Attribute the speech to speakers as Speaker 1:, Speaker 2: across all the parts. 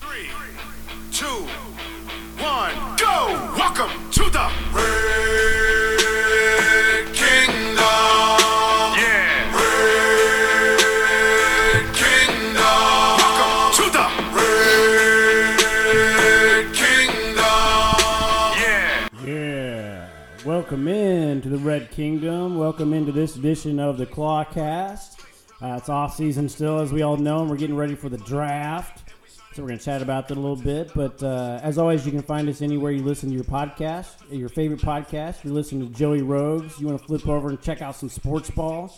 Speaker 1: Three, two, one, go! Welcome to the Red Kingdom. Yeah. Red Kingdom. Welcome to the Red Kingdom. Yeah.
Speaker 2: Yeah. Welcome in to the Red Kingdom. Welcome into this edition of the Clawcast. Uh, it's off season still, as we all know, and we're getting ready for the draft. So we're going to chat about that a little bit. But uh, as always, you can find us anywhere you listen to your podcast, your favorite podcast. If you're listening to Joey Rogues, you want to flip over and check out some sports ball.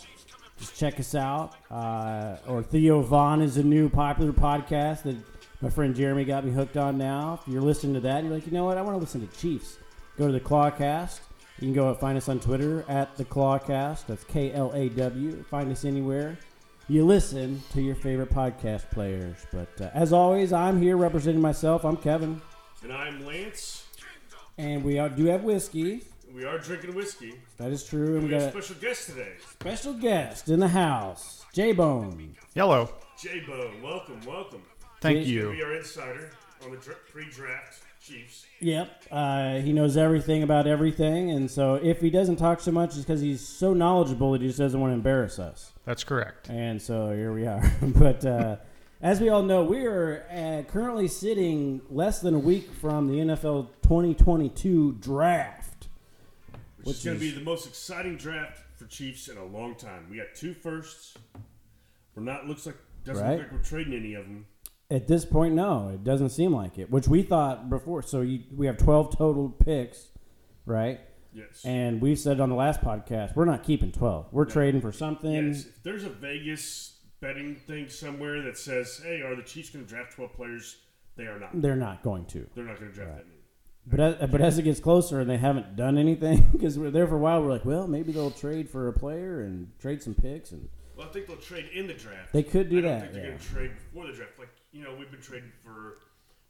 Speaker 2: Just check us out. Uh, or Theo Vaughn is a new popular podcast that my friend Jeremy got me hooked on now. If you're listening to that, and you're like, you know what? I want to listen to Chiefs. Go to the Clawcast. You can go and find us on Twitter at the Clawcast. That's K L A W. Find us anywhere you listen to your favorite podcast players. But uh, as always, I'm here representing myself. I'm Kevin,
Speaker 3: And I'm Lance.
Speaker 2: and we are, do have whiskey.
Speaker 3: We are drinking whiskey.
Speaker 2: That is true. And we
Speaker 3: We have a
Speaker 2: got a
Speaker 3: special guest today,
Speaker 2: special guest in the house, J Bone.
Speaker 4: Yellow.
Speaker 3: J Bone. Welcome, welcome.
Speaker 4: Thank
Speaker 3: We
Speaker 4: you.
Speaker 3: are insider on the dra- pre-draft Chiefs.
Speaker 2: Yep, uh, he knows everything about everything, and so if he doesn't talk so much, it's because he's so knowledgeable that he just doesn't want to embarrass us.
Speaker 4: That's correct.
Speaker 2: And so here we are. but uh, as we all know, we are uh, currently sitting less than a week from the NFL 2022 draft.
Speaker 3: Which
Speaker 2: Which
Speaker 3: is going
Speaker 2: is-
Speaker 3: to be the most exciting draft for Chiefs in a long time. We got two firsts. We're not looks like doesn't
Speaker 2: Right.
Speaker 3: look like we're trading any of them.
Speaker 2: At this point, no, it doesn't seem like it, which we thought before. So you, we have 12 total picks, right?
Speaker 3: Yes.
Speaker 2: And we said on the last podcast, we're not keeping 12. We're trading for something.
Speaker 3: yes. If there's a Vegas betting thing somewhere that says, "Hey, are the Chiefs going to draft 12 players?" They are not.
Speaker 2: They're not going to.
Speaker 3: They're not going to draft that many.
Speaker 2: But as, but as it uh, gets closer and they haven't done anything, because we're there for a while, we're like, well, maybe they'll trade for a player and trade some picks and
Speaker 3: Well, I think they'll trade in the draft.
Speaker 2: They could do
Speaker 3: I don't
Speaker 2: that,
Speaker 3: Think they're
Speaker 2: yeah.
Speaker 3: going to trade before the draft. Like you know, we've been trading for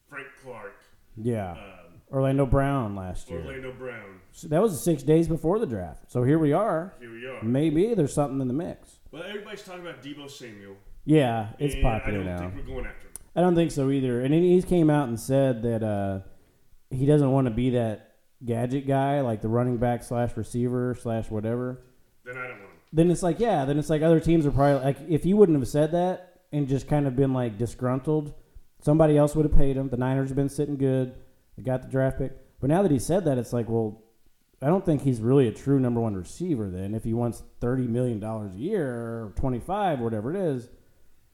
Speaker 3: Frank Clark,
Speaker 2: Yeah.
Speaker 3: um,
Speaker 2: Orlando Brown last year.
Speaker 3: Orlando Brown.
Speaker 2: So that was six days before the draft. So here we are.
Speaker 3: Here we are.
Speaker 2: Maybe there's something in the mix.
Speaker 3: Well, everybody's talking about Debo Samuel.
Speaker 2: Yeah, it's
Speaker 3: and
Speaker 2: popular
Speaker 3: I don't
Speaker 2: now.
Speaker 3: think we're going after him.
Speaker 2: I don't think so either. And he he came out and said that uh, he doesn't want to be that gadget guy, like the running back slash receiver slash whatever.
Speaker 3: Then I don't want him.
Speaker 2: Then it's like, yeah, then it's like other teams are probably like, if he wouldn't have said that and just kind of been like disgruntled, somebody else would have paid him. The Niners have been sitting good. They got the draft pick. But now that he said that, it's like, well, I don't think he's really a true number one receiver then. If he wants $30 million a year or 25 whatever it is,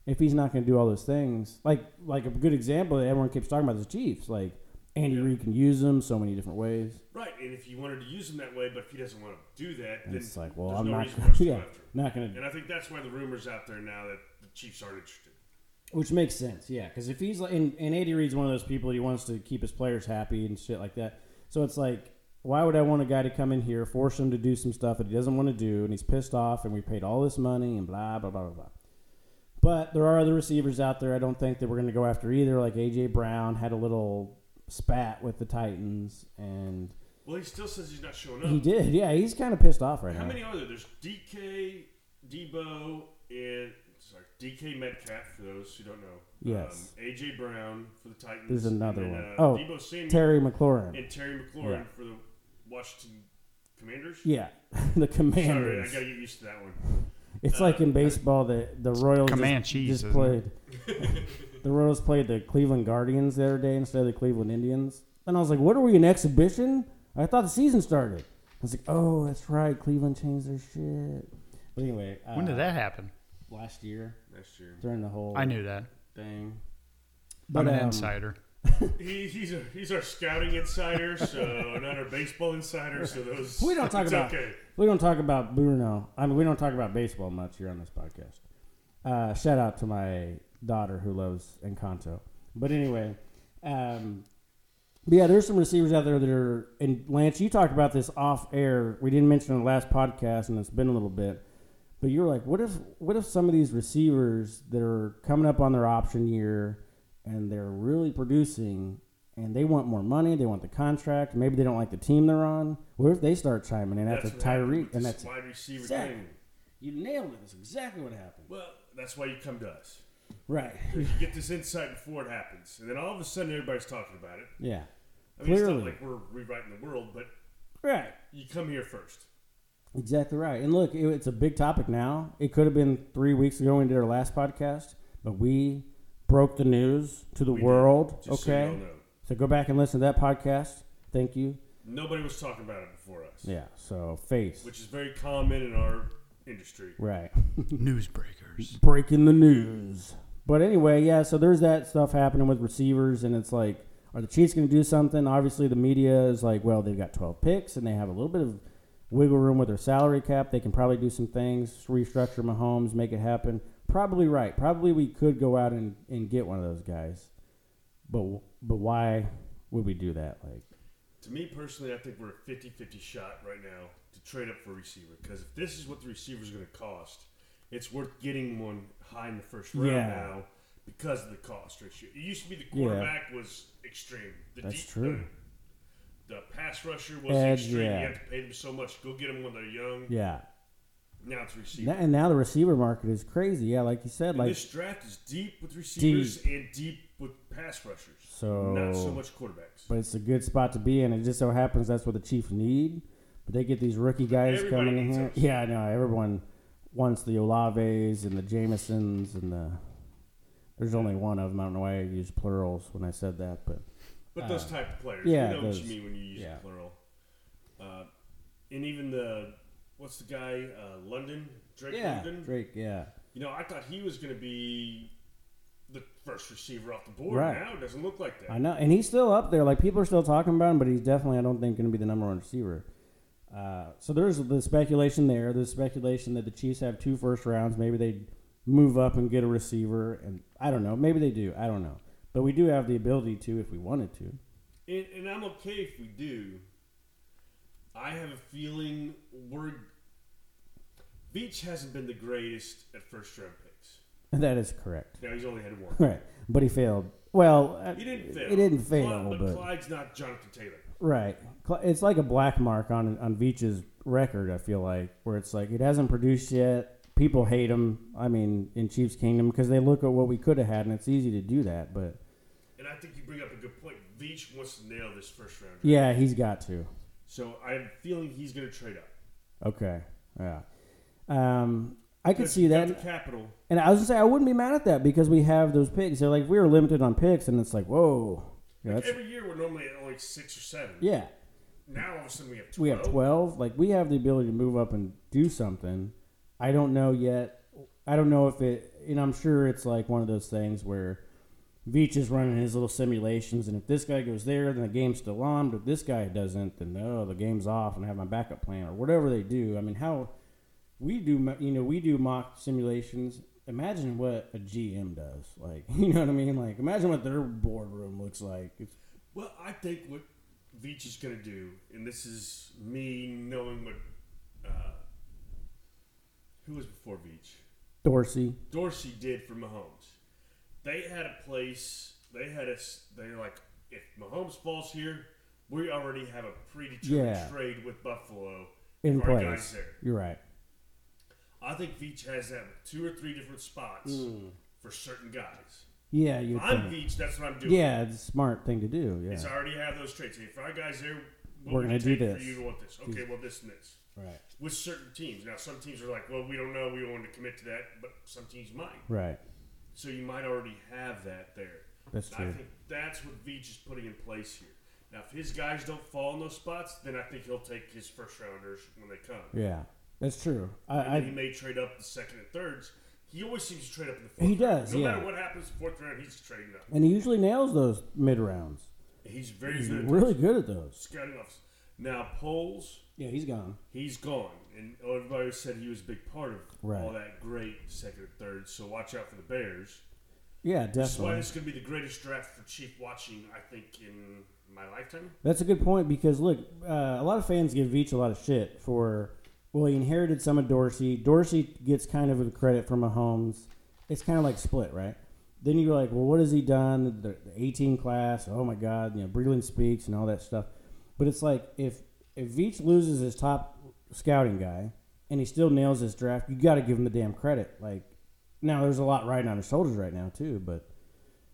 Speaker 2: if he's not going to do all those things, like like a good example that everyone keeps talking about is the Chiefs. Like Andy Reid can use them so many different ways.
Speaker 3: Right, and if you wanted to use him that way, but if he doesn't want to do that,
Speaker 2: And
Speaker 3: then
Speaker 2: it's like, well,
Speaker 3: there's
Speaker 2: I'm
Speaker 3: no
Speaker 2: not,
Speaker 3: reason for us to go
Speaker 2: yeah,
Speaker 3: after him.
Speaker 2: not going to
Speaker 3: And I think that's why the rumors out there now that the Chiefs aren't interested.
Speaker 2: Which makes sense, yeah. Because if he's like, and, and Andy Reid's one of those people he wants to keep his players happy and shit like that. So it's like, why would I want a guy to come in here, force him to do some stuff that he doesn't want to do, and he's pissed off, and we paid all this money, and blah blah blah blah blah. But there are other receivers out there. I don't think that we're going to go after either. Like AJ Brown had a little spat with the Titans, and
Speaker 3: Well, he still says he's not showing up.
Speaker 2: he did. Yeah, he's kind of pissed off right
Speaker 3: How
Speaker 2: now.
Speaker 3: many are there? There's DK, Debo, and sorry, DK Metcalf for those who don't know.
Speaker 2: Yes.
Speaker 3: Um, AJ Brown for the Titans.
Speaker 2: There's another
Speaker 3: and then,
Speaker 2: one.
Speaker 3: Uh,
Speaker 2: Oh,
Speaker 3: Debo Samuel
Speaker 2: Terry McLaurin.
Speaker 3: and Terry McLaurin
Speaker 2: Yeah.
Speaker 3: for the Washington Commanders.
Speaker 2: Yeah, the
Speaker 3: Sorry, I
Speaker 2: Commanders.
Speaker 3: gotta get used to that one.
Speaker 2: It's
Speaker 4: Uh,
Speaker 2: like in baseball the the Royals just-
Speaker 4: Comanches,
Speaker 2: just,
Speaker 4: isn't
Speaker 2: played. the Royals played the Cleveland Guardians the other day instead of the Cleveland Indians, and I was like, "What are we an exhibition?" I thought the season started. I was like, "Oh, that's right, Cleveland changed their shit." But anyway, uh,
Speaker 4: When did that happen?
Speaker 2: Last year
Speaker 3: Next year.
Speaker 2: during the whole
Speaker 4: I knew that.
Speaker 2: thing.
Speaker 4: I'm an
Speaker 2: um,
Speaker 4: insider.
Speaker 3: He, he's a, he's our scouting insider, so not our baseball insider. So those
Speaker 2: We don't talk
Speaker 3: it's
Speaker 2: about
Speaker 3: Okay.
Speaker 2: we don't talk about Bruno. I mean, we don't talk about baseball much here on this podcast. Uh, shout out to my daughter who loves Encanto. But anyway, um, but yeah, there's some receivers out there that are. And Lance, you talked about this off air. We didn't mention it in the last podcast, and it's been a little bit. But you're like, what if what if some of these receivers that are coming up on their option year and they're really producing and they want more money, they want the contract, maybe they don't like the team they're on. What if they start chiming in after
Speaker 3: what happened with
Speaker 2: Tyreek and
Speaker 3: this
Speaker 2: that's
Speaker 3: wide receiver
Speaker 2: exactly.
Speaker 3: thing.
Speaker 2: You nailed it. That's exactly what happened.
Speaker 3: Well, that's why you come to us.
Speaker 2: Right.
Speaker 3: You get this insight before it happens, and then all of a sudden everybody's talking about it.
Speaker 2: Yeah.
Speaker 3: I mean, it's
Speaker 2: Clearly.
Speaker 3: not like we're rewriting the world, but
Speaker 2: Right.
Speaker 3: you come here first.
Speaker 2: Exactly right. And look, it, it's a big topic now. It could have been three weeks ago when we did our last podcast, but we broke the news to the
Speaker 3: We did,
Speaker 2: world.
Speaker 3: just so you
Speaker 2: okay.
Speaker 3: all know.
Speaker 2: So go back and listen to that podcast. Thank you.
Speaker 3: Nobody was talking about it before us,
Speaker 2: Yeah. So face.
Speaker 3: which is very common in our industry.
Speaker 2: right.
Speaker 4: Newsbreakers.
Speaker 2: Breaking the news. But anyway, yeah, so there's that stuff happening with receivers, and it's like, are the Chiefs going to do something? Obviously, the media is like, well, they've got 12 picks, and they have a little bit of wiggle room with their salary cap. They can probably do some things, restructure Mahomes, make it happen. Probably right. Probably we could go out and, and get one of those guys. But but why would we do that? Like,
Speaker 3: To me personally, I think we're a 50 50 shot right now to trade up for a receiver because if this is what the receiver is going to cost, it's worth getting one high in the first round
Speaker 2: Yeah.
Speaker 3: now because of the cost ratio. It used to be the quarterback was extreme. The
Speaker 2: That's true.
Speaker 3: The, the pass rusher was
Speaker 2: Edge,
Speaker 3: extreme.
Speaker 2: yeah.
Speaker 3: You have to pay them so much. Go get them when they're young.
Speaker 2: yeah.
Speaker 3: Now it's receiver.
Speaker 2: That, and now the receiver market is crazy. Yeah, like you said,
Speaker 3: And
Speaker 2: like
Speaker 3: this draft is deep with receivers and deep with pass rushers.
Speaker 2: So-
Speaker 3: not so much quarterbacks.
Speaker 2: but it's a good spot to be in. It just so happens that's what the Chiefs need. But they get these rookie guys
Speaker 3: Everybody
Speaker 2: coming in
Speaker 3: needs
Speaker 2: here.
Speaker 3: us.
Speaker 2: Yeah, I know. Everyone wants the Olaves and the Jamesons and the. There's only one of them. I don't know why I used plurals when I said that, but
Speaker 3: But those type of players,
Speaker 2: uh, yeah,
Speaker 3: you know what
Speaker 2: those-
Speaker 3: you mean when you use
Speaker 2: yeah.
Speaker 3: the plural. Uh, and even the what's the guy uh, London Drake
Speaker 2: yeah,
Speaker 3: London?
Speaker 2: Drake, yeah,
Speaker 3: You know, I thought he was going to be the first receiver off the board.
Speaker 2: Right.
Speaker 3: Now it doesn't look like that.
Speaker 2: I know, and he's still up there. Like people are still talking about him, but he's definitely, I don't think, going to be the number one receiver. Uh, so there's the speculation there. There's speculation that the Chiefs have two first rounds. Maybe they move up and get a receiver, and I don't know. Maybe they do. I don't know. But we do have the ability to if we wanted to.
Speaker 3: And, and I'm okay if we do. I have a feeling we're Beach hasn't been the greatest at first round picks.
Speaker 2: That is correct.
Speaker 3: Now he's only had one.
Speaker 2: Right, but he failed. Well, uh,
Speaker 3: He didn't fail.
Speaker 2: He didn't
Speaker 3: Clyde-
Speaker 2: fail,
Speaker 3: but,
Speaker 2: but
Speaker 3: Clyde's not Jonathan Taylor.
Speaker 2: Right. Cl- It's like a black mark on on Veach's record. I feel like where it's like it hasn't produced yet. People hate him. I mean, in Chiefs Kingdom because they look at what we could have had, and it's easy to do that. But
Speaker 3: And I think you bring up a good point. Veach wants to nail this first round.
Speaker 2: yeah, he's got to.
Speaker 3: So I have a feeling he's going to trade up.
Speaker 2: Okay. Yeah. Um, I could
Speaker 3: Because
Speaker 2: see
Speaker 3: he's got
Speaker 2: that.
Speaker 3: The capital.
Speaker 2: And I was gonna say I wouldn't be mad at that because we have those picks. They're like we were limited on picks, and it's like whoa. Yeah. That's,
Speaker 3: Every year we're normally at like six or seven.
Speaker 2: yeah.
Speaker 3: Now all of a sudden we have 12.
Speaker 2: we have 12 like we have the ability to move up and do something i don't know yet i don't know if it and i'm sure it's like one of those things where Veach is running his little simulations, and if this guy goes there, then the game's still on. But if this guy doesn't, then no, the game's off, and I have my backup plan or whatever they do. I mean, how we do, mo- you know, we do mock simulations. Imagine what a GM does, like you know what I mean. Like imagine what their boardroom looks like. It's,
Speaker 3: Well, I think what Veach is going to do, and this is me knowing what. Uh, who was before Veach?
Speaker 2: Dorsey,
Speaker 3: Dorsey did for Mahomes. They had a place. They had us. They're like, if Mahomes falls here, we already have a predetermined
Speaker 2: Yeah.
Speaker 3: trade with Buffalo
Speaker 2: in
Speaker 3: for Our
Speaker 2: place.
Speaker 3: guys there.
Speaker 2: You're right.
Speaker 3: I think Veach has that with two or three different spots for certain guys.
Speaker 2: Yeah, you.
Speaker 3: If I'm Veach. That's what I'm doing.
Speaker 2: Yeah, it's a smart thing to do. Yeah.
Speaker 3: It's I already have those traits. If our guys there, what
Speaker 2: We're
Speaker 3: would
Speaker 2: gonna
Speaker 3: it
Speaker 2: do
Speaker 3: take
Speaker 2: this.
Speaker 3: For you to want this. Okay, well this and this
Speaker 2: Right.
Speaker 3: with certain teams. Now some teams are like, well, we don't know, we don't want to commit to that, but some teams might.
Speaker 2: Right.
Speaker 3: So you might already have that there.
Speaker 2: That's
Speaker 3: And I
Speaker 2: true.
Speaker 3: think that's what Veach is putting in place here. Now, if his guys don't fall in those spots, then I think he'll take his first rounders when they come.
Speaker 2: Yeah. That's true. I,
Speaker 3: And he
Speaker 2: I
Speaker 3: may trade up the second and thirds. He always seems to trade up in the fourth.
Speaker 2: He
Speaker 3: round.
Speaker 2: does,
Speaker 3: No
Speaker 2: yeah.
Speaker 3: matter what happens, in the fourth round he's trading up.
Speaker 2: and he usually nails those mid rounds.
Speaker 3: He's very
Speaker 2: He's
Speaker 3: good.
Speaker 2: really good at those.
Speaker 3: scouting officer. Now polls,
Speaker 2: Yeah, he's gone.
Speaker 3: he's gone, and everybody said he was a big part of all
Speaker 2: Right.
Speaker 3: that great second and third. So watch out for the Bears.
Speaker 2: Yeah,
Speaker 3: That's why
Speaker 2: definitely.
Speaker 3: this is going to be the greatest draft for Chief watching I think in my lifetime.
Speaker 2: That's a good point because look, uh, a lot of fans give Veach a lot of shit for. Well, he inherited some of Dorsey. Dorsey gets kind of the credit for Mahomes. It's kind of like split, right? Then you're like, well, what has he done? The, the 18 class. Oh my God, you know, Breland speaks and all that stuff. But it's like if if Veach loses his top scouting guy and he still nails his draft, you got to give him the damn credit. Like Now there's a lot riding on his shoulders right now too, but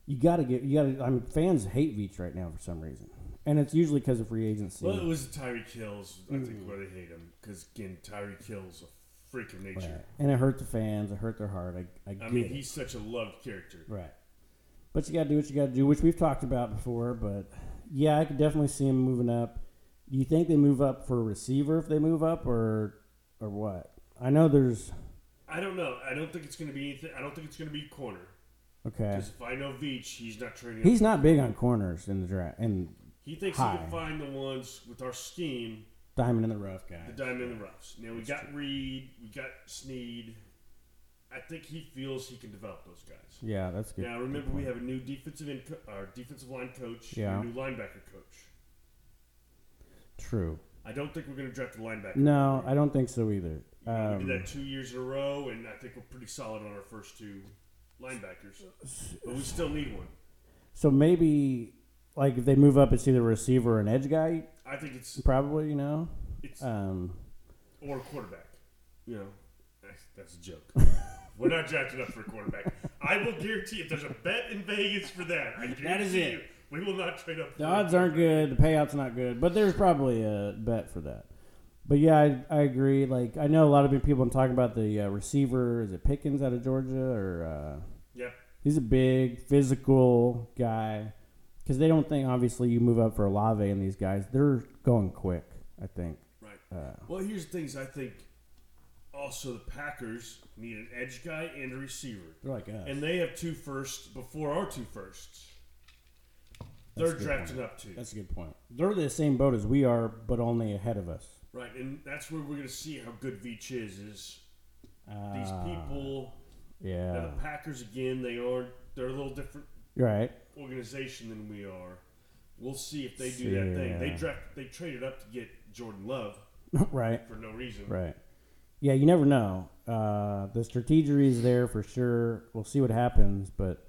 Speaker 2: you got to get you got to. I mean, fans hate Veach right now for some reason, and it's usually because of free agency.
Speaker 3: Well, it was Tyree Kills, I think, where they hate him. Because, again, Tyree Kills a freak of nature.
Speaker 2: Right. And it hurt the fans. It hurt their heart. I, I,
Speaker 3: I
Speaker 2: get
Speaker 3: mean,
Speaker 2: it.
Speaker 3: he's such a loved character.
Speaker 2: right. But you got to do what you got to do, which we've talked about before. But yeah, I could definitely see him moving up. Do you think they move up for a receiver if they move up, or or what? I know there's
Speaker 3: I don't know. I don't think it's going to be anything. I don't think it's going to be corner.
Speaker 2: okay.
Speaker 3: Because if I know Veach, he's not training.
Speaker 2: He's not big on corners in the draft and
Speaker 3: he thinks he
Speaker 2: high.
Speaker 3: can find the ones with our scheme,
Speaker 2: diamond in the rough guy.
Speaker 3: the diamond in the roughs. Now, we got Reed, we got Sneed. I think he feels he can develop those guys.
Speaker 2: Yeah, that's good.
Speaker 3: Now, remember, we have a new defensive in co- our defensive line coach, and
Speaker 2: Yeah.
Speaker 3: a new linebacker coach.
Speaker 2: True.
Speaker 3: I don't think we're going to draft a linebacker.
Speaker 2: No, I don't think so either.
Speaker 3: we did
Speaker 2: Um,
Speaker 3: that two years in a row, and I think we're pretty solid on our first two linebackers. But we still need one.
Speaker 2: so maybe like if they move up, it's either a receiver or an edge guy,
Speaker 3: I think it's
Speaker 2: probably. You know,
Speaker 3: it's
Speaker 2: um,
Speaker 3: or quarterback. You know, that's, that's a joke. we're not drafted up for a quarterback. I will guarantee if there's a bet in Vegas for that, I guarantee
Speaker 2: That is it.
Speaker 3: you, we will not trade up. for
Speaker 2: the
Speaker 3: a
Speaker 2: odds aren't
Speaker 3: quarterback.
Speaker 2: good. The payout's not good, but there's probably a bet for that. But yeah, I, I agree. Like I know a lot of people been talking about the uh, receiver. Is it Pickens out of Georgia or? Uh,
Speaker 3: Yeah,
Speaker 2: He's a big, physical guy. Because they don't think, obviously, you move up for Olave and these guys. They're going quick, I think.
Speaker 3: right.
Speaker 2: Uh,
Speaker 3: Well, here's the things I think. Also, the Packers need an edge guy and a receiver.
Speaker 2: they're like us.
Speaker 3: And they have two firsts before our two firsts.
Speaker 2: That's
Speaker 3: They're
Speaker 2: a good
Speaker 3: drafting
Speaker 2: point.
Speaker 3: up two.
Speaker 2: That's a good point. They're the same boat as we are, but only ahead of us.
Speaker 3: Right, and that's where we're going to see how good Veach is. Is
Speaker 2: Uh,
Speaker 3: these people, now
Speaker 2: Yeah.
Speaker 3: the Packers again, they are they're a little different
Speaker 2: You're right.
Speaker 3: organization than we are. We'll see if they do that thing. They
Speaker 2: Yeah.
Speaker 3: draft, they traded up to get Jordan Love
Speaker 2: right.
Speaker 3: for no reason.
Speaker 2: Right. Yeah, you never know. Uh, the strategy is there for sure. We'll see what happens. But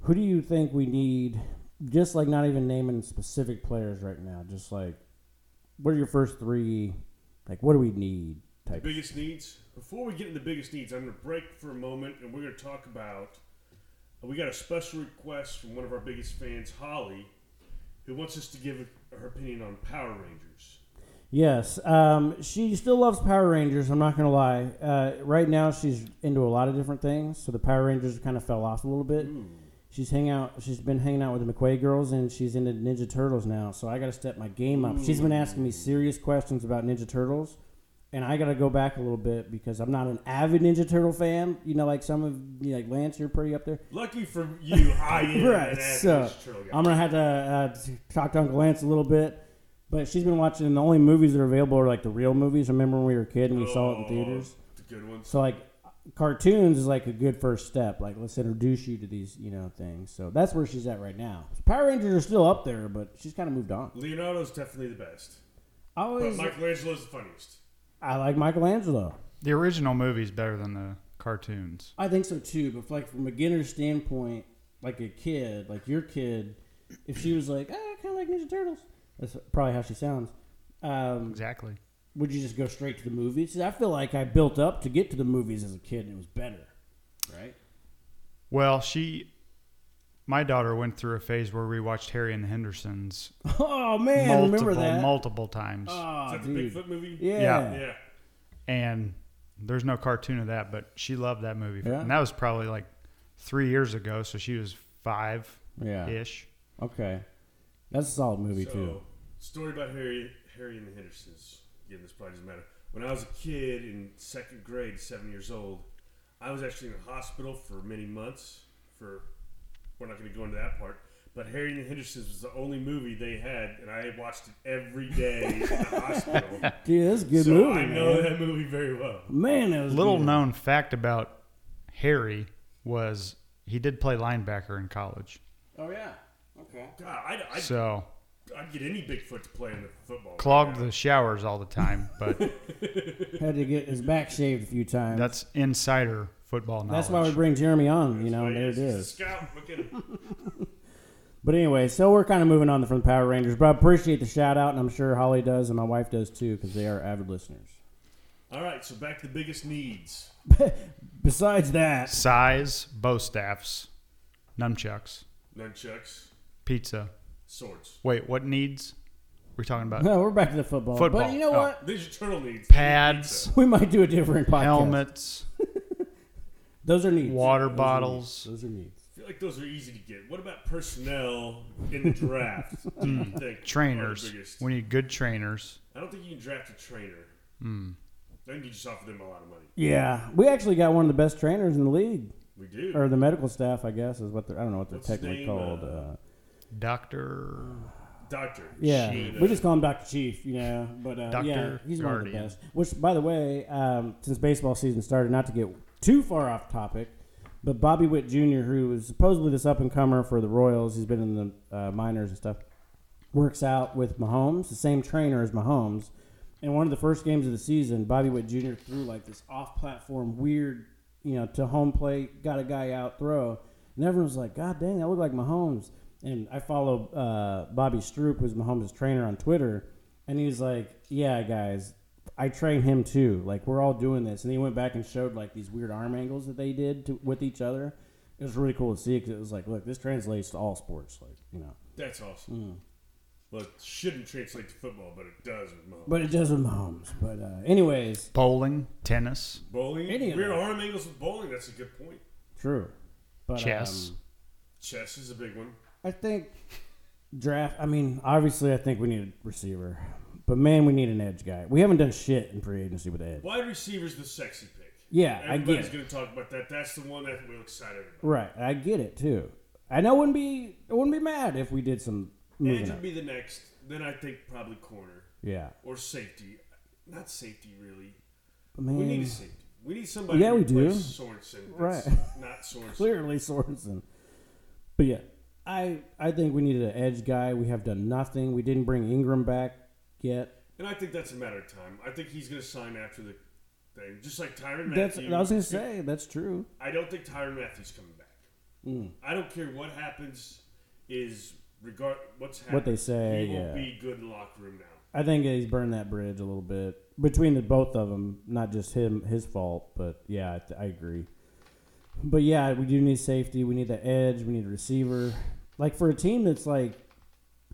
Speaker 2: who do you think we need? Just like not even naming specific players right now. Just like, what are your first three? Like, what do we need? Type.
Speaker 3: Biggest needs. Before we get into biggest needs, I'm going to break for a moment, and we're going to talk about. uh, We got a special request from one of our biggest fans, Holly, who wants us to give her opinion on Power Rangers.
Speaker 2: Yes. Um, she still loves Power Rangers. I'm not gonna lie. Uh, right now, she's into a lot of different things. So the Power Rangers kind of fell off a little bit. She's hang out. She's been hanging out with the McQuay girls, and she's into Ninja Turtles now. So I got to step my game up. She's been asking me serious questions about Ninja Turtles, and I got to go back a little bit because I'm not an avid Ninja Turtle fan. You know, like some of you, know, like Lance, you're pretty up there.
Speaker 3: Lucky for you, I am.
Speaker 2: Right.
Speaker 3: an avid
Speaker 2: So
Speaker 3: Ninja Turtle guy.
Speaker 2: I'm gonna have to uh, t- talk to Uncle Lance a little bit. But she's been watching the only movies that are available are like the real movies. Remember when we were a kid and we saw it in
Speaker 3: Oh,
Speaker 2: theaters?
Speaker 3: The good ones.
Speaker 2: So like cartoons is like a good first step. Like let's introduce you to these, you know, things. So that's where she's at right now. Power Rangers are still up there, but she's kind of moved on.
Speaker 3: Leonardo's definitely the best,
Speaker 2: I
Speaker 3: but
Speaker 2: always
Speaker 3: Michelangelo's the funniest.
Speaker 2: I like Michelangelo.
Speaker 4: The original movie's better than the cartoons.
Speaker 2: I think so too, but like from a beginner's standpoint, like a kid, like your kid, if she was like, ah, I kind of like Ninja Turtles, that's probably how she sounds. Um,
Speaker 4: Exactly.
Speaker 2: would you just go straight to the movies? 'Cause I feel like I built up to get to the movies as a kid, and it was better, right?
Speaker 4: Well, she, my daughter went through a phase where we watched Harry and the Hendersons
Speaker 2: Oh man,
Speaker 4: multiple,
Speaker 2: remember that?
Speaker 4: multiple times.
Speaker 2: Oh,
Speaker 3: Is that the
Speaker 2: dude.
Speaker 3: Bigfoot movie?
Speaker 2: Yeah.
Speaker 4: Yeah.
Speaker 3: Yeah.
Speaker 4: and there's no cartoon of that, but she loved that movie.
Speaker 2: Yeah.
Speaker 4: And that was probably like three years ago, so she was five
Speaker 2: Yeah.
Speaker 4: ish.
Speaker 2: Okay, that's a solid movie
Speaker 3: so,
Speaker 2: too.
Speaker 3: Story about Harry, Harry and the Hendersons. Again, this probably doesn't matter. When I was a kid in second grade, seven years old, I was actually in the hospital for many months. For we're not going to go into that part. But Harry and the Hendersons was the only movie they had, and I watched it every day in the hospital.
Speaker 2: Dude, that's a good
Speaker 3: so
Speaker 2: movie.
Speaker 3: I know
Speaker 2: man.
Speaker 3: that movie very well.
Speaker 2: Man, that was
Speaker 4: Little
Speaker 2: good.
Speaker 4: known fact about Harry was he did play linebacker in college.
Speaker 2: Oh yeah. Okay.
Speaker 3: God, I'd, I'd,
Speaker 4: So
Speaker 3: I'd get any Bigfoot to play in the football.
Speaker 4: clogged the showers all the time, but
Speaker 2: Had to get his back shaved a few times.
Speaker 4: that's insider football knowledge.
Speaker 2: That's why we bring Jeremy on, you know, and there it
Speaker 3: He's a
Speaker 2: is.
Speaker 3: Scout, look at him.
Speaker 2: But anyway, so we're kind of moving on from the Power Rangers, but I appreciate the shout out, and I'm sure Holly does, and my wife does too, because they are avid listeners.
Speaker 3: All right, so back to the biggest needs.
Speaker 2: Besides that,
Speaker 4: Size, bow staffs, nunchucks,
Speaker 3: Nunchucks,
Speaker 4: pizza.
Speaker 3: swords.
Speaker 4: Wait, what needs? We're talking about
Speaker 2: no, we're back to the football. But
Speaker 4: Football.
Speaker 2: you know
Speaker 4: Oh.
Speaker 2: what?
Speaker 3: These are turtle needs.
Speaker 4: pads,
Speaker 2: We might do a different podcast.
Speaker 4: helmets,
Speaker 2: Those are needs.
Speaker 4: water
Speaker 2: Those are needs.
Speaker 4: bottles.
Speaker 2: Those are needs.
Speaker 3: I feel like those are easy to get. What about personnel in the draft? Do you think are the
Speaker 4: Hmm. trainers.
Speaker 3: biggest?
Speaker 4: We need good trainers.
Speaker 3: I don't think you can draft a trainer.
Speaker 4: Hmm.
Speaker 3: I think you just offer them a lot of money.
Speaker 2: Yeah, we actually got one of the best trainers in the league,
Speaker 3: We do.
Speaker 2: or the medical staff, I guess, is what they're. I don't know what they're
Speaker 3: What's his
Speaker 2: technically
Speaker 3: name,
Speaker 2: called.
Speaker 3: uh,
Speaker 2: Uh,
Speaker 4: Doctor.
Speaker 3: Doctor.
Speaker 2: yeah,
Speaker 3: Shit.
Speaker 2: we just call him Doctor Chief, you know. But uh, yeah,
Speaker 4: Dr.
Speaker 2: he's one
Speaker 4: Guardian.
Speaker 2: of the best. Which, by the way, um, since baseball season started, not to get too far off topic, but Bobby Witt Jr., who is supposedly this up and comer for the Royals, he's been in the uh, minors and stuff. works out with Mahomes, the same trainer as Mahomes. And one of the first games of the season, Bobby Witt Jr. threw like this off-platform, weird, you know, to home plate, got a guy out throw, and everyone was like, "God dang, that looked like Mahomes." And I follow uh, Bobby Stroop, who's Mahomes' trainer, on Twitter, and he was like, "Yeah, guys, I train him too. Like we're all doing this." And he went back and showed like these weird arm angles that they did to, with each other. It was really cool to see because it was like, look, this translates to all sports, like you know.
Speaker 3: That's
Speaker 2: Hmm.
Speaker 3: awesome. Well, it shouldn't translate to football, but it does with Mahomes.
Speaker 2: But it does with Mahomes. But uh, anyways,
Speaker 4: Bowling, tennis,
Speaker 3: bowling.
Speaker 2: Any of
Speaker 3: Weird
Speaker 2: them.
Speaker 3: arm angles with bowling. That's a good point.
Speaker 2: true. But,
Speaker 4: chess.
Speaker 2: um,
Speaker 3: Chess is a big one.
Speaker 2: I think draft. I mean, obviously, I think we need a receiver. But man, we need an edge guy. We haven't done shit in free agency with edge.
Speaker 3: Wide receiver's the sexy pick.
Speaker 2: Yeah, I get
Speaker 3: Everybody's
Speaker 2: it.
Speaker 3: going to talk about that. That's the one that will excite everybody.
Speaker 2: Right, I get it too. And I wouldn't be, I wouldn't be mad if we did some
Speaker 3: Edge
Speaker 2: moving
Speaker 3: would
Speaker 2: up.
Speaker 3: be the next. Then I think probably corner
Speaker 2: Yeah,
Speaker 3: or safety. Not safety, really.
Speaker 2: but man,
Speaker 3: We need a safety. We need somebody.
Speaker 2: Mm. Yeah,
Speaker 3: to
Speaker 2: we do.
Speaker 3: replace Sorensen. That's
Speaker 2: Right.
Speaker 3: Not Sorensen.
Speaker 2: clearly Sorensen. But yeah, I I think we needed an edge guy. We have done nothing. We didn't bring Ingram back yet.
Speaker 3: And I think that's a matter of time. I think he's going to sign after the thing, just like Tyron
Speaker 2: That's
Speaker 3: Matthews.
Speaker 2: I was gonna say that's true.
Speaker 3: I don't think Tyron Matthews coming back.
Speaker 2: Mm.
Speaker 3: I don't care what happens. Is regard what's happening.
Speaker 2: they say,
Speaker 3: He will
Speaker 2: yeah.
Speaker 3: be good in the locker room now.
Speaker 2: I think he's burned that bridge a little bit between the both of them. Not just him, his fault, but yeah, I, I agree. But yeah, we do need safety. We need the edge. We need a receiver. Like for a team that's like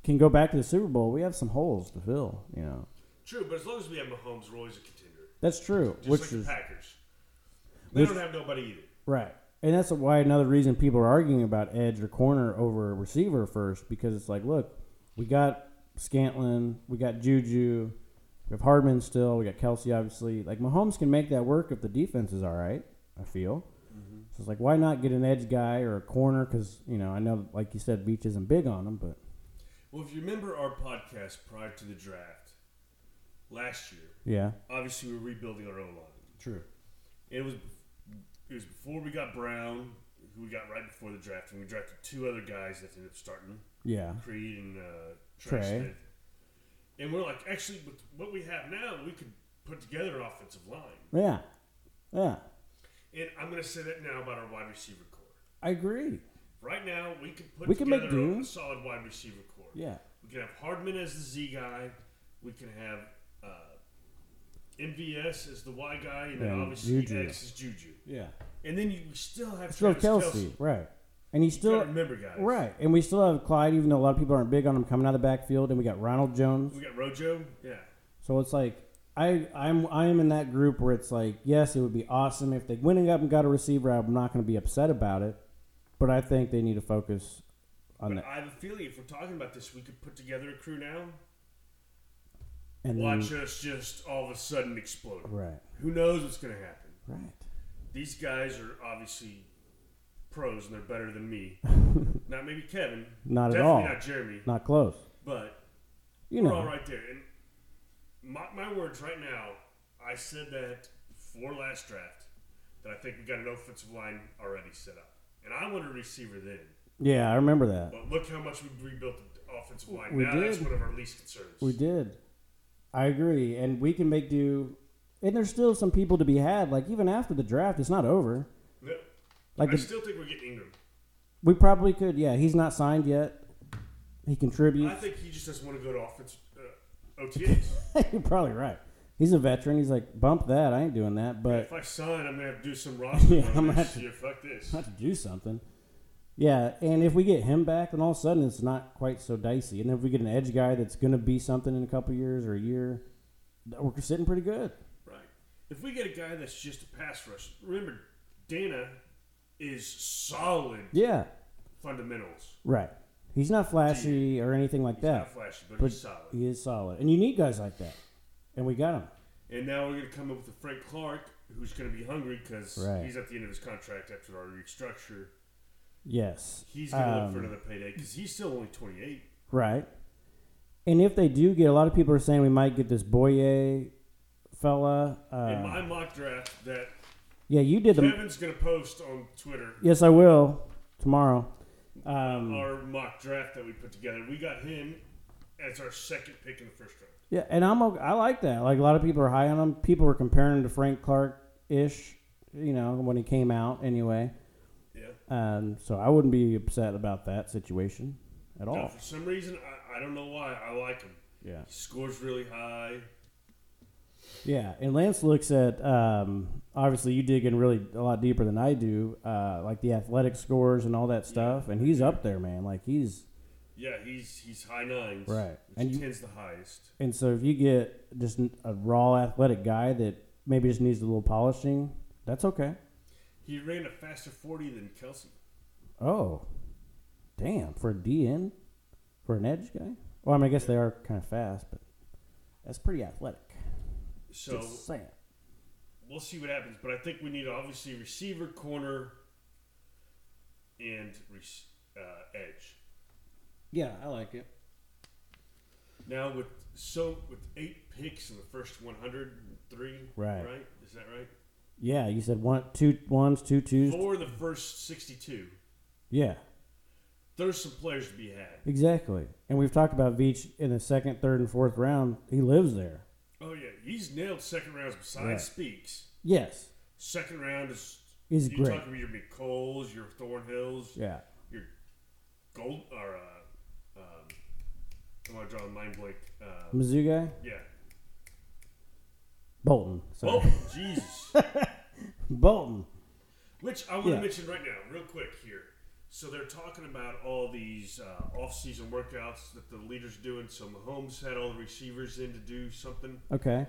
Speaker 2: can go back to the Super Bowl, we have some holes to fill. You know,
Speaker 3: True, but as long as we have Mahomes, we're always a contender.
Speaker 2: that's true.
Speaker 3: Just
Speaker 2: which
Speaker 3: like
Speaker 2: is
Speaker 3: the Packers. They
Speaker 2: which-
Speaker 3: don't have nobody either.
Speaker 2: right, and that's why another reason people are arguing about edge or corner over receiver first because it's like, look, we got Scantlin, we got Juju, we have Hardman still, we got Kelsey obviously. Like Mahomes can make that work if the defense is all right. I feel. So it's like, why not get an edge guy or a corner? Because you know, I know, like you said, Beach isn't big on him, but
Speaker 3: Well, if you remember our podcast prior to the draft last year,
Speaker 2: yeah,
Speaker 3: obviously we were rebuilding our O line.
Speaker 2: true.
Speaker 3: It was it was before we got Brown, who we got right before the draft, and we drafted two other guys that ended up starting,
Speaker 2: Yeah,
Speaker 3: Creed and uh, Trey.
Speaker 2: Trey.
Speaker 3: Smith. And we're like, actually, with what we have now, we could put together an offensive line.
Speaker 2: yeah, yeah.
Speaker 3: And I'm going to say that now about our wide receiver core.
Speaker 2: I agree.
Speaker 3: Right now, we could put
Speaker 2: We can make
Speaker 3: together
Speaker 2: do.
Speaker 3: a solid wide receiver core.
Speaker 2: Yeah,
Speaker 3: We can have Hardman as the Z guy. We can have uh, MVS as the Y guy, and then
Speaker 2: And
Speaker 3: obviously
Speaker 2: Juju.
Speaker 3: X is Juju.
Speaker 2: yeah.
Speaker 3: And then you still have
Speaker 2: Still
Speaker 3: Travis
Speaker 2: Kelsey,
Speaker 3: Kelsey.
Speaker 2: right? And you
Speaker 3: Still
Speaker 2: still
Speaker 3: remember, guys.
Speaker 2: Right, and we still have Clyde, even though a lot of people aren't big on him coming out of the backfield, and we got Ronald Jones.
Speaker 3: We got Rojo. Yeah.
Speaker 2: So it's like I I'm I am in that group where it's like yes, it would be awesome if they went up and got a receiver. I'm not going to be upset about it, but I think they need to focus on
Speaker 3: But
Speaker 2: that.
Speaker 3: I have a feeling if we're talking about this, we could put together a crew now.
Speaker 2: And then,
Speaker 3: Watch us just all of a sudden explode.
Speaker 2: right,
Speaker 3: Who knows what's going to happen?
Speaker 2: right,
Speaker 3: These guys are obviously pros, and they're better than me. not maybe Kevin.
Speaker 2: Not at
Speaker 3: Definitely
Speaker 2: all.
Speaker 3: Not Jeremy.
Speaker 2: not close.
Speaker 3: But
Speaker 2: You
Speaker 3: We're all
Speaker 2: know,
Speaker 3: right there. And my, my words right now, I said that before last draft that I think we got an offensive line already set up. And I wanted a receiver then.
Speaker 2: yeah, I remember that.
Speaker 3: But look how much we rebuilt the offensive line.
Speaker 2: We
Speaker 3: now that's
Speaker 2: did.
Speaker 3: one of our least concerns.
Speaker 2: We did. I agree, and we can make do. And there's still some people to be had. Like even after the draft, it's not over.
Speaker 3: No,
Speaker 2: Like
Speaker 3: I
Speaker 2: the,
Speaker 3: still think we're getting Ingram.
Speaker 2: we probably could. Yeah, he's not signed yet. He
Speaker 3: I
Speaker 2: contributes.
Speaker 3: think he just doesn't want to go to offense uh, OTAs.
Speaker 2: You're probably right. he's a veteran. He's like, bump that. I ain't doing that. But
Speaker 3: if I sign, I'm gonna have to do some roster
Speaker 2: Yeah,
Speaker 3: yeah,
Speaker 2: I'm gonna have
Speaker 3: next
Speaker 2: to-
Speaker 3: year. Fuck this.
Speaker 2: not to do something. Yeah, and if we get him back, then all of a sudden it's not quite so dicey. And if we get an edge guy that's going to be something in a couple years or a year, th- we're sitting pretty good.
Speaker 3: Right. If we get a guy that's just a pass rush, remember Dana is solid
Speaker 2: Yeah,
Speaker 3: fundamentals.
Speaker 2: right. He's not flashy or anything like
Speaker 3: He's
Speaker 2: that,
Speaker 3: not flashy, but,
Speaker 2: but
Speaker 3: he's solid.
Speaker 2: he is solid. And you need guys like that, and we got him.
Speaker 3: And now we're gonna come up with a Frank Clark who's gonna be hungry because
Speaker 2: Right.
Speaker 3: he's at the end of his contract after our restructure.
Speaker 2: Yes,
Speaker 3: He's gonna look for
Speaker 2: Um,
Speaker 3: another payday because he's still only 28.
Speaker 2: Right. And if they do get, a lot of people are saying we might get this Boyer fella.
Speaker 3: In
Speaker 2: Uh,
Speaker 3: my mock draft that
Speaker 2: yeah, you did the.
Speaker 3: Kevin's gonna post on Twitter
Speaker 2: Yes, I will tomorrow. Um,
Speaker 3: our mock draft that we put together. We got him as our second pick in the first round.
Speaker 2: yeah, and I'm o- I like that. Like a lot of people are high on him. People were comparing him to Frank Clark ish, you know, when he came out anyway.
Speaker 3: Yeah.
Speaker 2: Um, so I wouldn't be upset about that situation at
Speaker 3: Now,
Speaker 2: all.
Speaker 3: for some reason, I, I don't know why, I like him.
Speaker 2: Oh. Yeah.
Speaker 3: He scores really high.
Speaker 2: Yeah, and Lance looks at um, obviously you dig in really a lot deeper than I do, uh, like the athletic scores and all that stuff, and he's up there, man. Like he's
Speaker 3: Yeah, he's he's high nines.
Speaker 2: Right.
Speaker 3: Which
Speaker 2: And you-
Speaker 3: tends the highest.
Speaker 2: and so if you get just n- a raw athletic guy that maybe just needs a little polishing, that's okay.
Speaker 3: He ran a faster 40 than Kelsey.
Speaker 2: Oh, damn! For a DN, for an edge guy. Well, I mean, I guess they are kind of fast, but that's pretty athletic.
Speaker 3: So
Speaker 2: Just saying.
Speaker 3: we'll see what happens. But I think we need obviously receiver, corner, and rec- uh, edge.
Speaker 2: Yeah, I like it.
Speaker 3: Now with so with eight picks in the first 103.
Speaker 2: Right.
Speaker 3: Right. Is that right?
Speaker 2: Yeah, you said one, two ones, two twos.
Speaker 3: Four in the first 62.
Speaker 2: Yeah.
Speaker 3: There's some players to be had.
Speaker 2: Exactly. And we've talked about Veach in the second, third, and fourth round. He lives there.
Speaker 3: Oh yeah, he's nailed second rounds. Besides
Speaker 2: Right.
Speaker 3: Speaks,
Speaker 2: Yes.
Speaker 3: second round is
Speaker 2: He's
Speaker 3: you
Speaker 2: great.
Speaker 3: talking about your McColes, your Thornhills,
Speaker 2: Yeah.
Speaker 3: your Gold or uh, um, I'm gonna draw a mind blank. Uh,
Speaker 2: Mizzou guy?
Speaker 3: yeah.
Speaker 2: Bolton. Sorry.
Speaker 3: Oh Jesus!
Speaker 2: Bolton.
Speaker 3: Which I want to
Speaker 2: Yeah.
Speaker 3: mention right now, real quick here. So they're talking about all these uh, off-season workouts that the leaders doing. So Mahomes had all the receivers in to do something.
Speaker 2: Okay.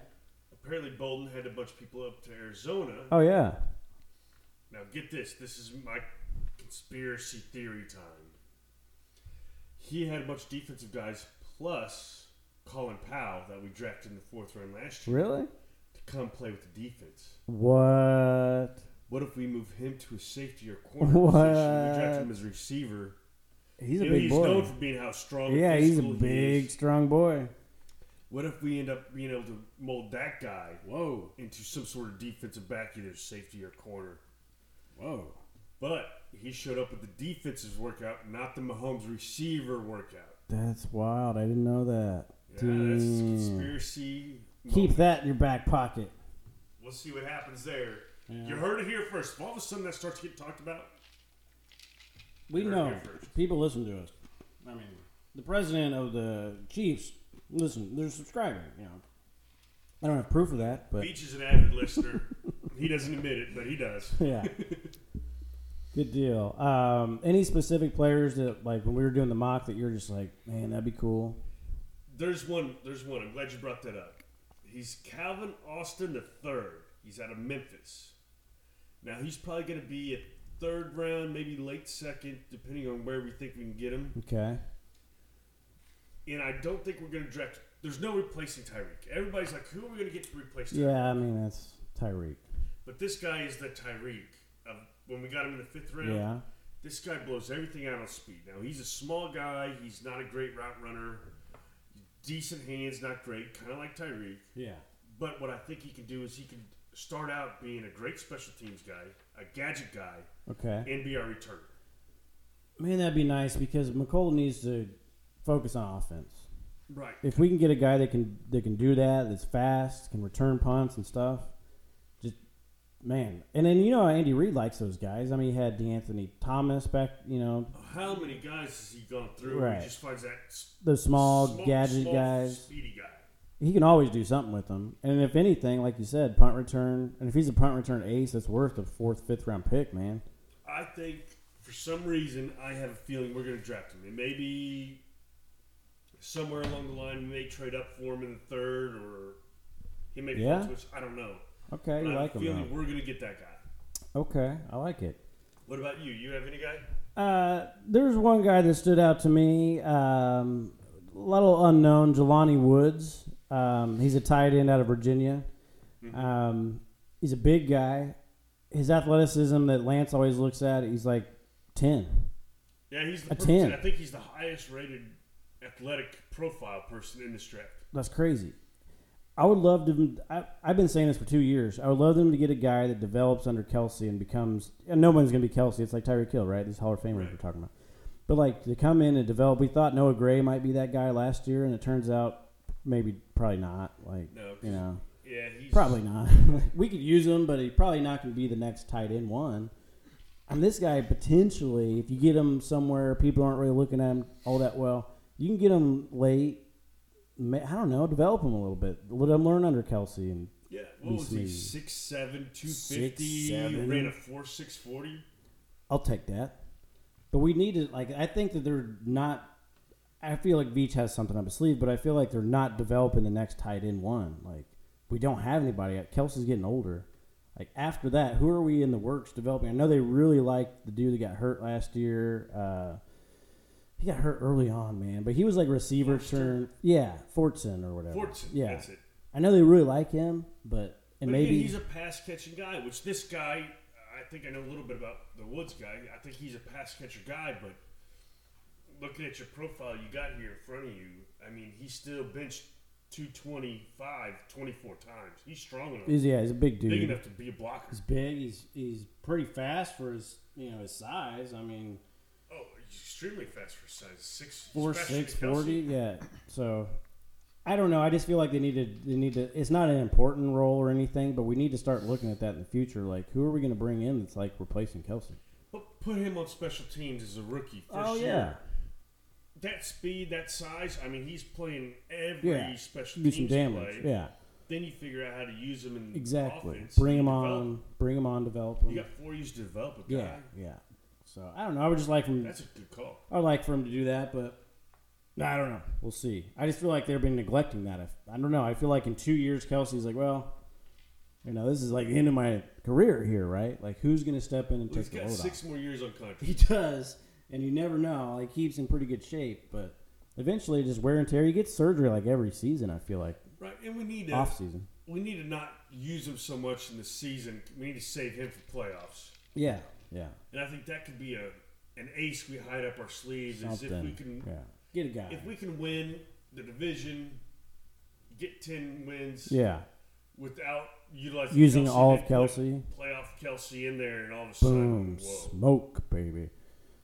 Speaker 3: Apparently, Bolden had a bunch of people up to Arizona.
Speaker 2: Oh, yeah.
Speaker 3: Now get this. This is my conspiracy theory time. He had a bunch of defensive guys plus Colin Powell that we drafted in the fourth round last year
Speaker 2: Really?
Speaker 3: to come play with the defense.
Speaker 2: What?
Speaker 3: What if we move him to a safety or corner position? We draft
Speaker 2: What?
Speaker 3: him as a receiver.
Speaker 2: He's a
Speaker 3: You know,
Speaker 2: big
Speaker 3: he's
Speaker 2: boy.
Speaker 3: known for being how strong. and
Speaker 2: Yeah, he's a
Speaker 3: physical he
Speaker 2: big,
Speaker 3: is.
Speaker 2: strong boy.
Speaker 3: What if we end up being able to mold that guy
Speaker 2: Whoa.
Speaker 3: into some sort of defensive back, either safety or corner?
Speaker 2: Whoa.
Speaker 3: But he showed up with the defensive workout, not the Mahomes receiver workout.
Speaker 2: That's wild. I didn't know that.
Speaker 3: Yeah, that's
Speaker 2: Damn.
Speaker 3: conspiracy.
Speaker 2: Keep that in your back pocket.
Speaker 3: We'll see what happens there. You heard it here first. If all of a sudden that starts getting talked about,
Speaker 2: We
Speaker 3: Heard it
Speaker 2: know
Speaker 3: here first.
Speaker 2: people listen to us. I mean, the president of the Chiefs, listen, they're subscribing. You know, I don't have proof of that, but
Speaker 3: Beach is an avid listener. He doesn't admit it, but he does.
Speaker 2: yeah, good deal. Um, any specific players that like when we were doing the mock that you're just like, man, that'd be cool.
Speaker 3: There's one. There's one. I'm glad you brought that up. He's Calvin Austin the third. He's out of Memphis. Now he's probably going to be a third round, maybe late second, depending on where we think we can get him.
Speaker 2: Okay,
Speaker 3: And I don't think we're going to draft. There's no replacing Tyreek. Everybody's like, who are we going to get to replace? Tyreek?
Speaker 2: yeah, I mean that's Tyreek.
Speaker 3: But this guy is the Tyreek. Of when we got him in the fifth round,
Speaker 2: Yeah,
Speaker 3: this guy blows everything out on speed. Now he's a small guy. He's not a great route runner. Decent hands, not great. Kind of like Tyreek.
Speaker 2: yeah,
Speaker 3: But what I think he can do is he can start out being a great special teams guy, a gadget guy,
Speaker 2: okay.
Speaker 3: and be our returner.
Speaker 2: Man, that'd be nice because McColl needs to focus on offense.
Speaker 3: Right.
Speaker 2: if we can get a guy that can that can do that, that's fast, can return punts and stuff, just man. And then you know Andy Reid likes those guys. I mean, he had D'Anthony Thomas back, you know,
Speaker 3: How many guys has he gone through? where
Speaker 2: Right.
Speaker 3: He just finds that s-
Speaker 2: the small,
Speaker 3: small-
Speaker 2: gadget
Speaker 3: small,
Speaker 2: guys.
Speaker 3: speedy guy.
Speaker 2: he can always do something with them. And if anything, like you said, punt return. And if he's a punt return ace, that's worth a fourth, fifth round pick, man.
Speaker 3: I think for some reason I have a feeling we're going to draft him. It may be somewhere along the line. We may trade up for him in the third, or he may
Speaker 2: Yeah?
Speaker 3: fall to us. I don't know.
Speaker 2: Okay,
Speaker 3: But
Speaker 2: you
Speaker 3: I
Speaker 2: like
Speaker 3: have a
Speaker 2: him.
Speaker 3: feeling
Speaker 2: though.
Speaker 3: we're going to get that guy.
Speaker 2: Okay, I like it.
Speaker 3: What about you? You have any guy?
Speaker 2: Uh, there's one guy that stood out to me, um, a little unknown, Jelani Woods. Um, he's a tight end out of Virginia. Um, he's a big guy. His athleticism that Lance always looks at, he's like 10.
Speaker 3: Yeah, he's the
Speaker 2: A
Speaker 3: perfect-
Speaker 2: 10.
Speaker 3: I think he's the highest rated athletic profile person in this draft.
Speaker 2: That's crazy. I would love to. I, I've been saying this for two years. I would love them to get a guy that develops under Kelsey and becomes. And no one's going to be Kelsey. It's like Tyreek Hill, right? This Hall of Famer we're talking about. But like to come in and develop. We thought Noah Gray might be that guy last year, and it turns out maybe probably not. Like
Speaker 3: No, 'cause-
Speaker 2: you know,
Speaker 3: Yeah, he's
Speaker 2: probably not. we could use him, but he probably not going to be the next tight end one. And this guy potentially, if you get him somewhere, people aren't really looking at him all that well. You can get him late. ma- I don't know. Develop him a little bit. Let him learn under Kelsey and
Speaker 3: Yeah, what was he?
Speaker 2: He's
Speaker 3: Six seven, two
Speaker 2: Six,
Speaker 3: fifty.
Speaker 2: seven.
Speaker 3: Ran a four six forty.
Speaker 2: I'll take that. But we need to like I think that they're not I feel like Veach has something up his sleeve, but I feel like they're not developing the next tight end one. Like we don't have anybody yet. Kelsey's getting older. Like after that, who are we in the works developing? I know they really liked the dude that got hurt last year. Uh he got hurt early on, man, but he was like receiver turn, yeah, Fortson or whatever.
Speaker 3: Fortson,
Speaker 2: yeah.
Speaker 3: that's it.
Speaker 2: I know they really like him, but and
Speaker 3: But
Speaker 2: maybe
Speaker 3: again, he's a pass catching guy, which this guy, I think I know a little bit about the Woods guy. I think he's a pass catcher guy, but looking at your profile you got here in front of you, I mean, he still benched 225 24 times. He's strong enough,
Speaker 2: he's, yeah, he's a big dude.
Speaker 3: big enough to be a blocker.
Speaker 2: He's big. He's he's pretty fast for his you know his size. I mean,
Speaker 3: Oh, he's extremely fast for size. Six,
Speaker 2: four
Speaker 3: especially
Speaker 2: six
Speaker 3: Kelsey.
Speaker 2: forty. Yeah. So I don't know. I just feel like they need to they need to. It's not an important role or anything, but we need to start looking at that in the future. Like, who are we going to bring in that's like replacing Kelsey?
Speaker 3: But put him on special teams as a rookie. First
Speaker 2: oh
Speaker 3: year.
Speaker 2: yeah,
Speaker 3: that speed, that size. I mean, he's playing every
Speaker 2: Yeah.
Speaker 3: special
Speaker 2: do some
Speaker 3: teams
Speaker 2: damage.
Speaker 3: play.
Speaker 2: Yeah,
Speaker 3: Then you figure out how to use him in
Speaker 2: exactly.
Speaker 3: offense.
Speaker 2: Bring
Speaker 3: You
Speaker 2: him
Speaker 3: develop-
Speaker 2: on. Bring him on. Develop him.
Speaker 3: You got four years to develop a guy.
Speaker 2: yeah, yeah. So I don't know. I would just like him.
Speaker 3: That's a good call.
Speaker 2: I'd like for him to do that, but I don't know. We'll see. I just feel like they've been neglecting that. I, I don't know. I feel like in two years, Kelsey's like, well, you know, this is like the end of my career here, right? Like, who's going to step in and
Speaker 3: Well, he's
Speaker 2: take the
Speaker 3: got
Speaker 2: load
Speaker 3: six
Speaker 2: off?
Speaker 3: more years on
Speaker 2: He
Speaker 3: contract.
Speaker 2: does, and you never know. Like, he's in pretty good shape, but eventually, just wear and tear. He gets surgery like every season. I feel like
Speaker 3: Right, and we need to
Speaker 2: off season.
Speaker 3: we need to not use him so much in the season. We need to save him for playoffs.
Speaker 2: Yeah, yeah,
Speaker 3: And I think that could be a an ace we hide up our sleeves is if
Speaker 2: something.
Speaker 3: we can
Speaker 2: yeah, get a guy.
Speaker 3: if we can win the division, get ten wins
Speaker 2: yeah,
Speaker 3: without utilizing
Speaker 2: Using
Speaker 3: Kelsey,
Speaker 2: all
Speaker 3: they
Speaker 2: of
Speaker 3: put
Speaker 2: Kelsey.
Speaker 3: playoff Kelsey in there, and all of a
Speaker 2: Boom,
Speaker 3: sudden, whoa.
Speaker 2: smoke, baby,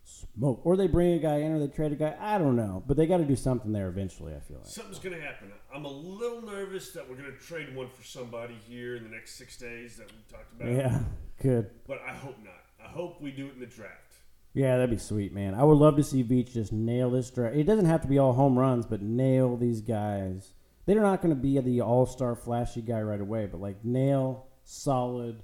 Speaker 2: smoke. Or they bring a guy in, or they trade a guy. I don't know, but they got to do something there eventually. I feel like.
Speaker 3: Something's going to happen. I'm a little nervous that we're going to trade one for somebody here in the next six days that we talked about.
Speaker 2: Yeah, good.
Speaker 3: But I hope not. I hope we do it in the draft.
Speaker 2: Yeah, that'd be sweet, man. I would love to see Beach just nail this draft. It doesn't have to be all home runs, but nail these guys. They're not going to be the all-star flashy guy right away, but like nail solid,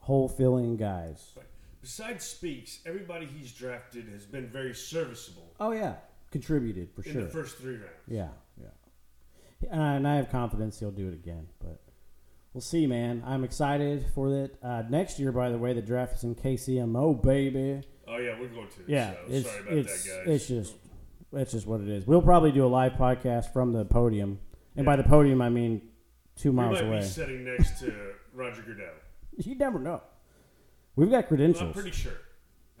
Speaker 2: hole-filling guys.
Speaker 3: But besides Speaks, everybody he's drafted has been very serviceable
Speaker 2: Oh yeah, contributed for
Speaker 3: in
Speaker 2: sure.
Speaker 3: the first three rounds.
Speaker 2: Yeah, yeah. And I, and I have confidence he'll do it again, but we'll see, man. I'm excited for it. Uh, next year, by the way, the draft is in KCMO, baby.
Speaker 3: Oh, yeah, we're going to.
Speaker 2: Yeah,
Speaker 3: so
Speaker 2: it's
Speaker 3: sorry about
Speaker 2: it's
Speaker 3: that, guys.
Speaker 2: it's just it's just what it is. We'll probably do a live podcast from the podium, and by the podium, I mean two
Speaker 3: we
Speaker 2: miles
Speaker 3: might
Speaker 2: away.
Speaker 3: be sitting next to Roger Goodell.
Speaker 2: You never know. We've got
Speaker 3: I'm
Speaker 2: credentials.
Speaker 3: pretty sure.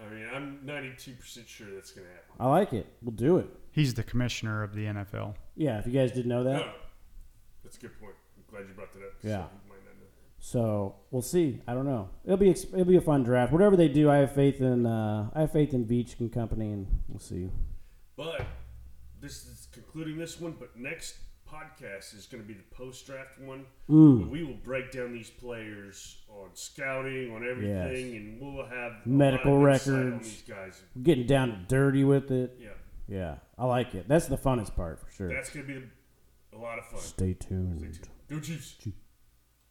Speaker 3: I mean, I'm 92% sure that's going to happen.
Speaker 2: I like it. We'll do it.
Speaker 4: He's the commissioner of the NFL.
Speaker 2: Yeah, if you guys didn't know that,
Speaker 3: No, that's a good point. I'm glad you brought that up.
Speaker 2: Yeah.
Speaker 3: So you might not know.
Speaker 2: So we'll see. I don't know. It'll be ex- it'll be a fun draft. Whatever they do, I have faith in uh, I have faith in Beach and company, and we'll see.
Speaker 3: But this is concluding this one. But next podcast is going to be the post draft one.
Speaker 2: Mm.
Speaker 3: where We will break down these players on scouting, on everything, and we'll have a
Speaker 2: Medical
Speaker 3: lot of insight on
Speaker 2: records.
Speaker 3: these guys.
Speaker 2: We're getting down and dirty with it.
Speaker 3: Yeah,
Speaker 2: Yeah, I like it. That's the funnest part for sure.
Speaker 3: that's going to be the,
Speaker 2: a
Speaker 3: a
Speaker 2: lot of fun. Stay
Speaker 3: Stay tuned.
Speaker 2: tuned. Go Chiefs.
Speaker 3: Chiefs.